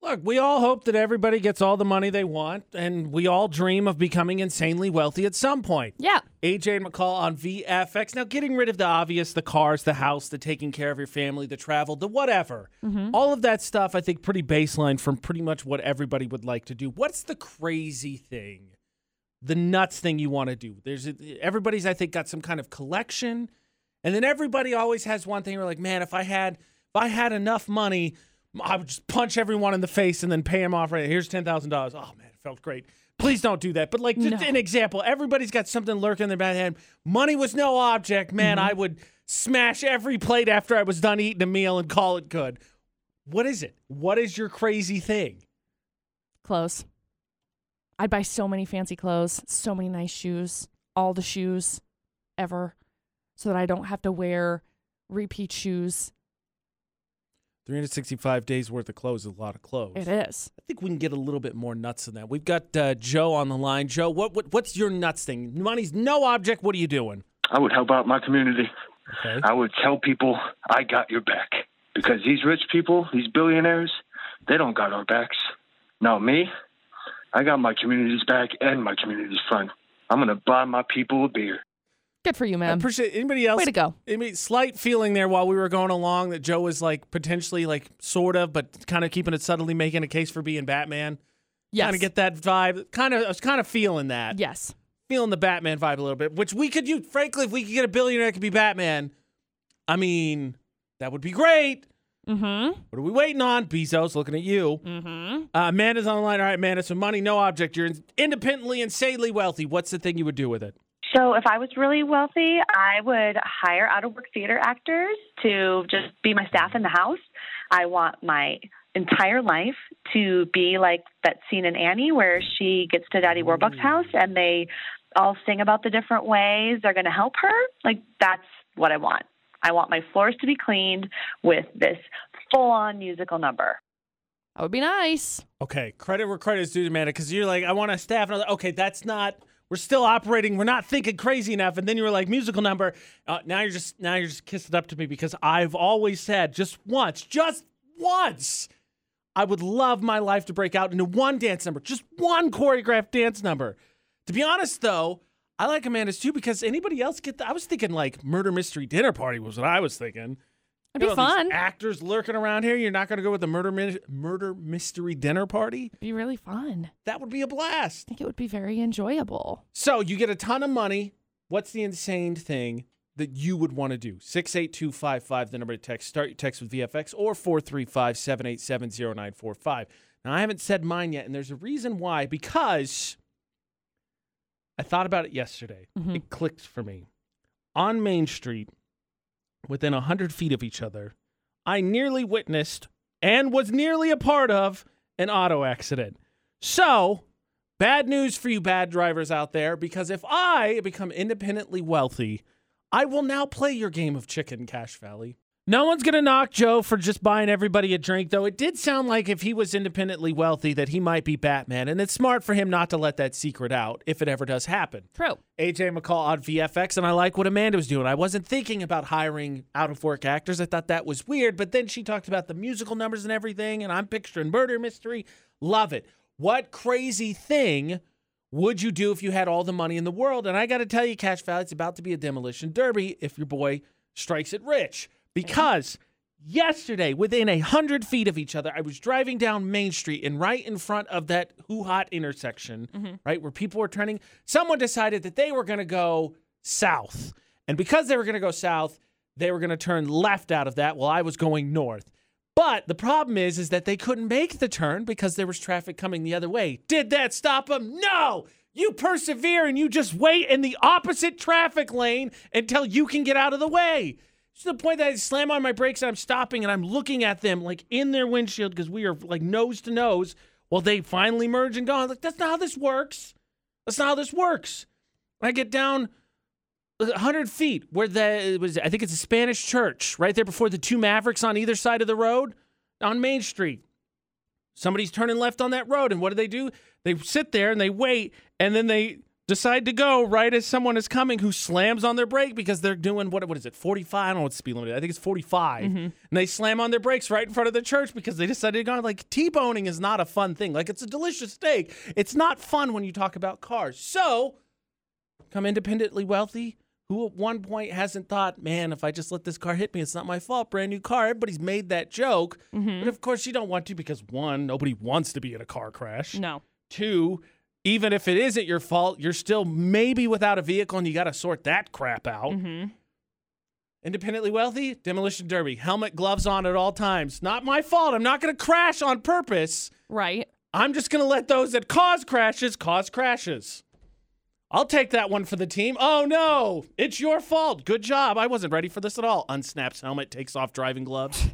S1: Look, we all hope that everybody gets all the money they want, and we all dream of becoming insanely wealthy at some point.
S2: Yeah.
S1: AJ and McCall on VFX. Now, getting rid of the obvious the cars, the house, the taking care of your family, the travel, the whatever. All of that stuff, I think, pretty baseline from pretty much what everybody would like to do. What's the crazy thing, the nuts thing you want to do? There's a, everybody's, I think, got some kind of collection, and then everybody always has one thing. You're like, man, if I had, if I had enough money, I would just punch everyone in the face and then pay them off. Right, here's ten thousand dollars. Oh man, it felt great. Please don't do that. But like, just
S2: No.
S1: an example. Everybody's got something lurking in their back head. Money was no object, man.
S2: Mm-hmm.
S1: I would smash every plate after I was done eating a meal and call it good. What is it? What is your crazy thing?
S2: Clothes. I'd buy so many fancy clothes, so many nice shoes, all the shoes ever, so that I don't have to wear repeat shoes.
S1: 365 days worth of clothes is a lot of clothes.
S2: It is.
S1: I think we can get a little bit more nuts than that. We've got uh, Joe on the line. Joe, what, what what's your nuts thing? Money's no object. What are you doing?
S5: I would help out my community.
S1: Okay.
S5: I would tell people I got your back because these rich people, these billionaires, they don't got our backs. Now me, I got my community's back and my community's front. I'm gonna buy my people a beer.
S2: Good for you,
S1: I
S2: man.
S1: appreciate anybody else.
S2: Um, Way to go.
S1: I mean, slight feeling there while we were going along that Joe was like potentially like sort of, but kind of keeping it subtly, making a case for being Batman.
S2: Yes.
S1: Kind of get that vibe. Kind of, I was kind of feeling that,
S2: yes.
S1: feeling the Batman vibe a little bit. Which we could use, frankly, if we could get a billionaire that could be Batman. I mean, that would be great.
S2: Mm-hmm.
S1: What are we waiting on? Bezos, looking at you.
S2: Mm-hmm.
S1: Uh, Amanda's on the line. All right, Amanda. So money, no object. You're in- independently, insanely wealthy. What's the thing you would do with it?
S6: So, if I was really wealthy, I would hire out of work theater actors to just be my staff in the house. I want my entire life to be like that scene in Annie where she gets to Daddy Warbucks' house and they all sing about the different ways they're going to help her. Like, that's what I want. I want my floors to be cleaned with this full on musical number.
S2: That would be nice.
S1: Okay, credit where credit is due, Amanda, because you're like, I want to staff. And I was like, okay, that's not. We're still operating. We're not thinking crazy enough. And then you were like, musical number. Uh, now you're just now you're just kissing up to me because I've always said just once, just once, I would love my life to break out into one dance number, just one choreographed dance number. To be honest, though, I like Amanda's too because anybody else get. The, I was thinking like murder mystery dinner party was what I was thinking.
S2: It'd be
S1: Got all these
S2: fun.
S1: actors lurking around here. You're not going to go with the murder mi- murder mystery dinner party?
S2: It'd be really fun.
S1: That would be a blast.
S2: I think it would be very enjoyable.
S1: So you get a ton of money. What's the insane thing that you would want to do? Six eight two five five. The number to text. Start your text with VFX or four three five seven eight seven zero nine four five. Now I haven't said mine yet, and there's a reason why. Because I thought about it yesterday.
S2: Mhm.
S1: It clicked for me. On Main Street, within a hundred feet of each other, I nearly witnessed and was nearly a part of an auto accident. So, bad news for you bad drivers out there because if I become independently wealthy, I will now play your game of chicken, Cash Valley. No one's going to knock Joe for just buying everybody a drink, though. It did sound like if he was independently wealthy that he might be Batman, and it's smart for him not to let that secret out if it ever does happen.
S2: True.
S1: AJ McCall on VFX, and I like what Amanda was doing. I wasn't thinking about hiring out of work actors. I thought that was weird, but then she talked about the musical numbers and everything, and I'm picturing murder mystery. Love it. What crazy thing would you do if you had all the money in the world? And I got to tell you, Cash Valley, it's about to be a demolition derby if your boy strikes it rich. Because yesterday, within a hundred feet of each other, I was driving down Main Street, and right in front of that Hoo Hot intersection, right where people were turning, someone decided that they were going to go south, and because they were going to go south, they were going to turn left out of that, while I was going north. But the problem is, is that they couldn't make the turn because there was traffic coming the other way. Did that stop them? No. You persevere and you just wait in the opposite traffic lane until you can get out of the way. To the point that I slam on my brakes and I'm stopping and I'm looking at them like in their windshield because we are like nose to nose while they finally merge and go. I'm like, that's not how this works. That's not how this works. And I get down 100 feet where the it was i think it's a spanish church right there before the two mavericks on either side of the road on main street somebody's turning left on that road and what do they do they sit there and they wait and then they decide to go right as someone is coming who slams on their brake because they're doing what what is it 45 I don't know what speed limit is. I think it's 45 and they slam on their brakes right in front of the church because they decided to go like T-boning is not a fun thing like it's a delicious steak it's not fun when you talk about cars so come independently wealthy who at one point hasn't thought man if I just let this car hit me it's not my fault brand new car everybody's made that joke
S2: Mm-hmm.
S1: but of course you don't want to because one nobody wants to be in a car crash
S2: No.
S1: Two, even if it isn't your fault, you're still maybe without a vehicle and you got to sort that crap out.
S2: Mm-hmm.
S1: Independently wealthy, demolition derby, helmet, gloves on at all times. Not my fault. I'm not going to crash on purpose.
S2: Right.
S1: I'm just going to let those that cause crashes cause crashes. I'll take that one for the team. Oh no, it's your fault. Good job. I wasn't ready for this at all. Unsnaps helmet, takes off driving gloves.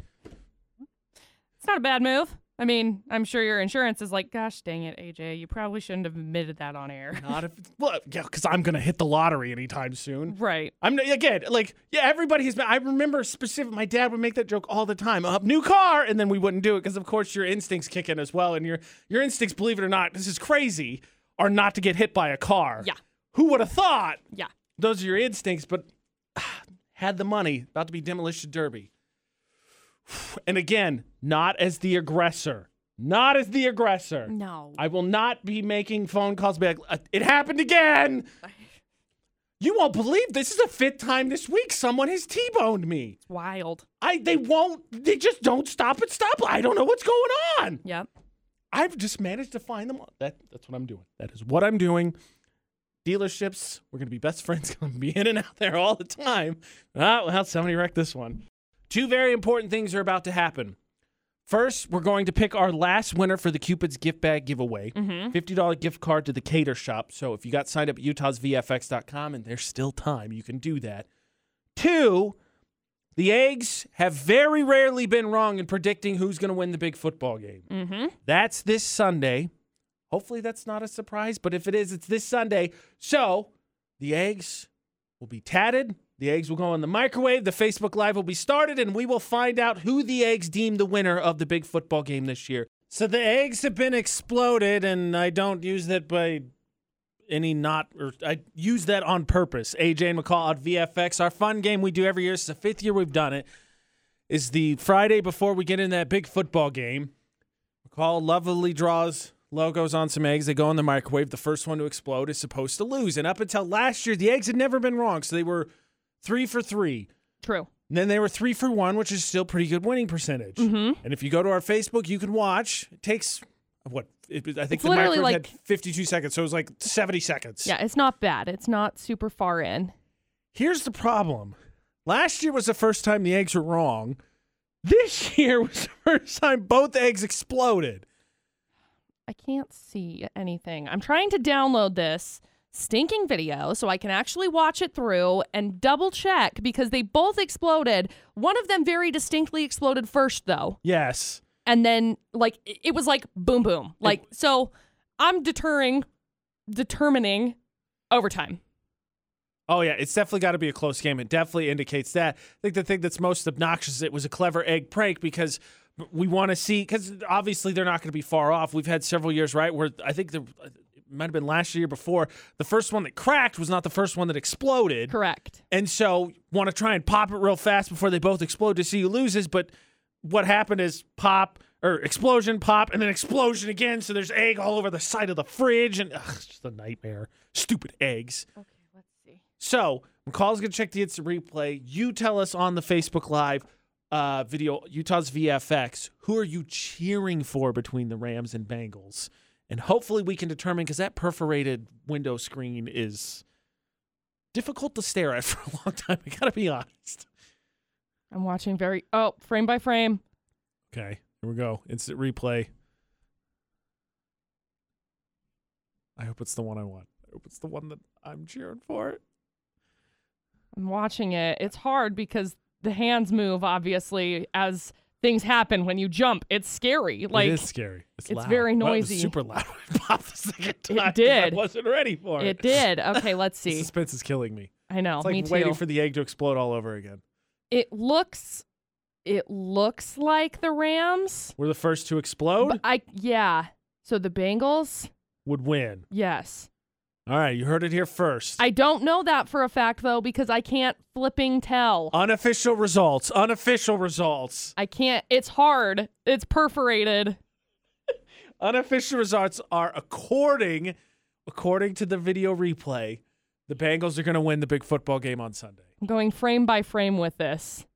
S2: It's not a bad move. I mean, I'm sure your insurance is like, gosh dang it, AJ, you probably shouldn't have admitted that on air.
S1: Not if, well, yeah, because I'm going to hit the lottery anytime soon.
S2: right.
S1: I'm not- again like yeah. Everybody has. been- I remember specific. My dad would make that joke all the time. Up new car, and then we wouldn't do it because of course your instincts kick in as well, and your your instincts, believe it or not, this is crazy, are not to get hit by a car.
S2: Yeah.
S1: Who would have thought?
S2: Yeah.
S1: Those are your instincts, but had the money about to be demolition derby, and again, not as the aggressor, not as the aggressor.
S2: No.
S1: I will not be making phone calls back. Uh, It happened again. You won't believe this is the fifth time this week someone has T-boned me.
S2: It's wild.
S1: I they won't they just don't stop at stop. I don't know what's going on.
S2: Yep.
S1: I've just managed to find them. all- That that's what I'm doing. That is what I'm doing. Dealerships, we're gonna be best friends. Gonna be in and out there all the time. Ah, well, somebody wrecked this one. Two very important things are about to happen. First, we're going to pick our last winner for the Cupid's gift bag giveaway. $50 gift card to the Cater Shop. So if you got signed up at utahsvfx.com and there's still time, you can do that. Two, the eggs have very rarely been wrong in predicting who's going to win the big football game.
S2: Mm-hmm.
S1: That's this Sunday. Hopefully, that's not a surprise, but if it is, it's this Sunday. So the eggs will be tatted. The eggs will go in the microwave. The Facebook Live will be started, and we will find out who the eggs deem the winner of the big football game this year. So the eggs have been exploded, and I don't use that by any not, or I use that on purpose. AJ and McCall on VFX. Our fun game we do every year. This is the fifth year we've done it. Is the Friday before we get in that big football game. McCall lovely draws logos on some eggs. They go in the microwave. The first one to explode is supposed to lose. And up until last year, the eggs had never been wrong. So they were three for three.
S2: True.
S1: And then they were three for one, which is still pretty good winning percentage.
S2: Mm-hmm.
S1: And if you go to our Facebook, you can watch. It takes what it, I think
S2: It's
S1: the
S2: literally
S1: microwave
S2: like-
S1: had 52 seconds, so it was like 70 seconds.
S2: Yeah, it's not bad. It's not super far in.
S1: Here's the problem. Last year was the first time the eggs were wrong. This year was the first time both eggs exploded.
S2: I can't see anything. I'm trying to download this stinking video so I can actually watch it through and double check because they both exploded. One of them very distinctly exploded first, though.
S1: Yes.
S2: And then, like, it it was like boom, boom. Like, so I'm deterring, determining overtime.
S1: Oh yeah, it's definitely got to be a close game. It definitely indicates that. I think the thing that's most obnoxious is it was a clever egg prank because we want to see because obviously they're not going to be far off. We've had several years right where I think the it might have been last year before the first one that cracked was not the first one that exploded,
S2: Correct.
S1: and so want to try and pop it real fast before they both explode to see who loses. But what happened is pop or explosion, pop, and then explosion again. So there's egg all over the side of the fridge, and ugh, it's just a nightmare. Stupid eggs.
S2: Okay, let's see.
S1: So McCall's gonna check the instant replay. You tell us on the Facebook Live uh, video, Utah's VFX, who are you cheering for between the Rams and Bengals? And hopefully we can determine because that perforated window screen is difficult to stare at for a long time. I gotta be honest.
S2: I'm watching very, oh, frame by frame.
S1: Okay, here we go. Instant replay. I hope it's the one I want. I hope it's the one that I'm cheering for.
S2: I'm watching it. It's hard because the hands move, obviously, as things happen when you jump. It's scary. Like,
S1: it is scary. It's,
S2: it's
S1: loud.
S2: very
S1: Well, it was
S2: noisy.
S1: super loud. It popped the second time. 'cause
S2: did.
S1: I wasn't ready for it.
S2: It did. Okay, let's
S1: The
S2: see.
S1: suspense is killing me.
S2: I know.
S1: It's like
S2: me too.
S1: waiting for the egg to explode all over again.
S2: it looks. It looks like the Rams.
S1: We're the first to explode
S2: But I yeah. So the Bengals.
S1: would win.
S2: Yes.
S1: All right, you heard it here first.
S2: I don't know that for a fact though because I can't flipping tell.
S1: unofficial results. Unofficial results.
S2: I can't. It's hard. It's perforated.
S1: Unofficial results are according according to the video replay, the Bengals are going to win the big football game on Sunday.
S2: I'm going frame by frame with this.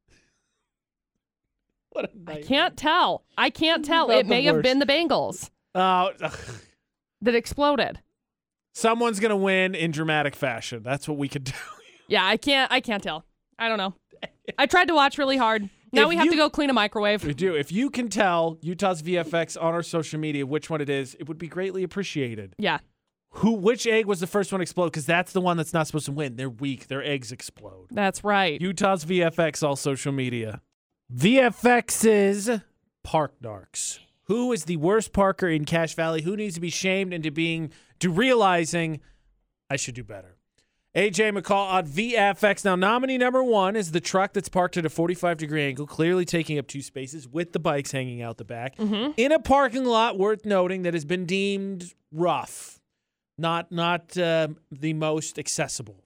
S1: What a
S2: I
S1: night.
S2: can't tell. I can't tell.
S1: About
S2: It
S1: the
S2: may have
S1: worst.
S2: been the Bengals
S1: Oh,
S2: that exploded.
S1: someone's going to win in dramatic fashion. That's what we could do.
S2: Yeah, I can't. I can't tell. I don't know. I tried to watch really hard. Now
S1: If
S2: we have
S1: you-
S2: to go clean a microwave.
S1: We do. If you can tell Utah's VFX on our social media which one it is, it would be greatly appreciated.
S2: Yeah.
S1: Who which egg was the first one to explode cuz that's the one that's not supposed to win. They're weak. Their eggs explode.
S2: That's right.
S1: Utah's VFX all social media. VFX's Park Narks. Who is the worst parker in Cache Valley? Who needs to be shamed into being to realizing I should do better? AJ McCall on VFX. Now, nominee number one is the truck that's parked at a 45 degree angle, clearly taking up two spaces with the bikes hanging out the back in a parking lot worth noting that has been deemed rough, not not um the most accessible.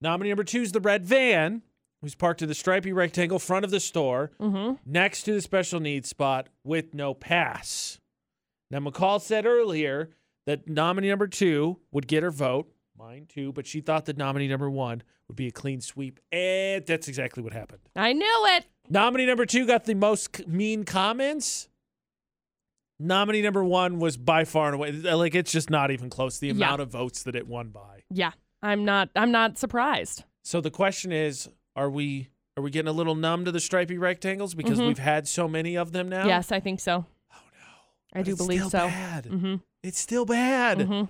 S1: Nominee number two is the red van, who's parked in the stripy rectangle front of the store,
S2: Mm-hmm.
S1: next to the special needs spot with no pass. Now McCall said earlier that nominee number two would get her vote, mine too, but she thought that nominee number one would be a clean sweep, and that's exactly what happened.
S2: I knew it.
S1: Nominee number two got the most c- mean comments. Nominee number one was by far and away like it's just not even close the
S2: Yeah.
S1: amount of votes that it won by.
S2: Yeah. I'm not. I'm not surprised.
S1: So the question is, are we are we getting a little numb to the stripy rectangles because
S2: Mhm.
S1: we've had so many of them now?
S2: Yes, I think so.
S1: Oh no.
S2: I
S1: But
S2: do
S1: it's
S2: believe
S1: still
S2: so.
S1: Bad.
S2: Mm-hmm.
S1: It's still bad.
S2: Mhm.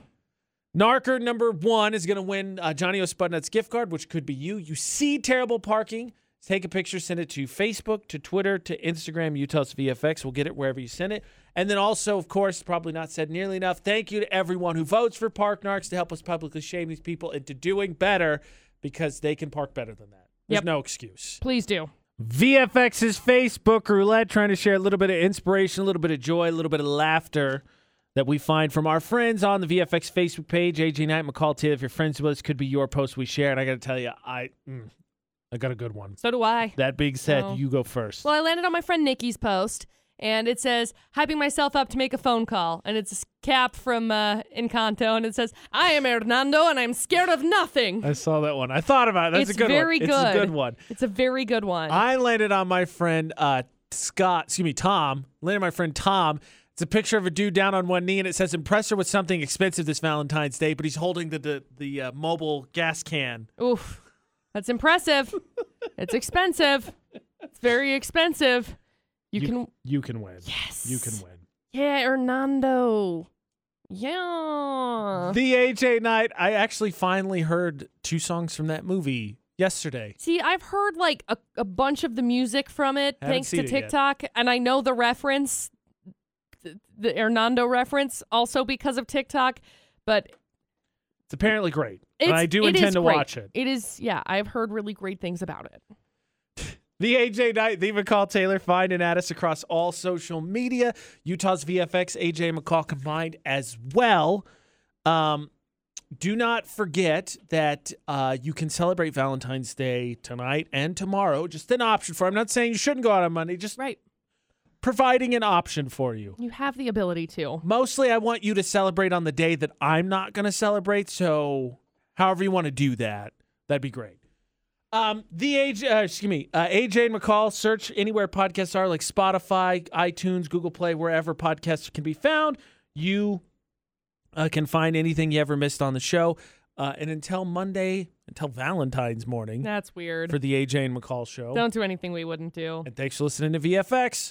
S1: Narker number one is going to win uh, Johnny O'Spudnut's gift card, which could be you. You see terrible parking. Take a picture, send it to Facebook, to Twitter, to Instagram, Utah's VFX. We'll get it wherever you send it. And then also, of course, probably not said nearly enough, thank you to everyone who votes for Park Narks to help us publicly shame these people into doing better because they can park better than that. There's
S2: Yep.
S1: no excuse.
S2: Please do.
S1: VFX's Facebook roulette, trying to share a little bit of inspiration, a little bit of joy, a little bit of laughter that we find from our friends on the VFX Facebook page. AJ Knight, McCall Taylor, if you're friends with us, could be your post we share. And I got to tell you, I mm, I got a good one.
S2: So do I.
S1: That being said,
S2: Oh.
S1: you go first.
S2: Well, I landed on my friend Nikki's post, and it says, hyping myself up to make a phone call. And it's a s- cap from uh, Encanto, and it says, I am Hernando, and I'm scared of nothing.
S1: I saw that one. I thought about it. That's
S2: It's
S1: a good
S2: very
S1: one. It's a
S2: good.
S1: good one.
S2: It's a very good one.
S1: I landed on my friend uh, Scott, excuse me, Tom. Landed on my friend Tom. It's a picture of a dude down on one knee, and it says "Impress her with something expensive this Valentine's Day." But he's holding the the, the uh, mobile gas can.
S2: Oof. That's impressive. it's expensive. It's very expensive. You, can.
S1: you can win.
S2: Yes.
S1: You can win.
S2: Yeah, Hernando. Yeah.
S1: The AJ Knight. I actually finally heard two songs from that movie yesterday.
S2: See, I've heard like a, a bunch of the music from it
S1: Haven't
S2: thanks
S1: seen
S2: to
S1: it yet.
S2: TikTok, and I know the reference, th- the Hernando reference, also because of TikTok. But
S1: It's apparently great,
S2: it's,
S1: and I do
S2: it is
S1: intend to
S2: great.
S1: watch it.
S2: It is, yeah, I've heard really great things about it.
S1: The AJ Knight, the McCall Taylor, find and add us across all social media. Utah's VFX, AJ McCall combined as well. Um, do not forget that uh, you can celebrate Valentine's Day tonight and tomorrow. Just an option for. I'm not saying you shouldn't go out on Monday. Just
S2: Right,
S1: providing an option for you.
S2: you have the ability to.
S1: Mostly, I want you to celebrate on the day that I'm not going to celebrate. So, however you want to do that, that'd be great. Um, the age, uh, excuse me, uh, AJ and McCall. Search anywhere podcasts are, like Spotify, iTunes, Google Play, wherever podcasts can be found. You uh, can find anything you ever missed on the show. Uh, and until Monday, until Valentine's morning
S2: That's weird.
S1: for the AJ and McCall show.
S2: Don't do anything we wouldn't do.
S1: And thanks for listening to VFX.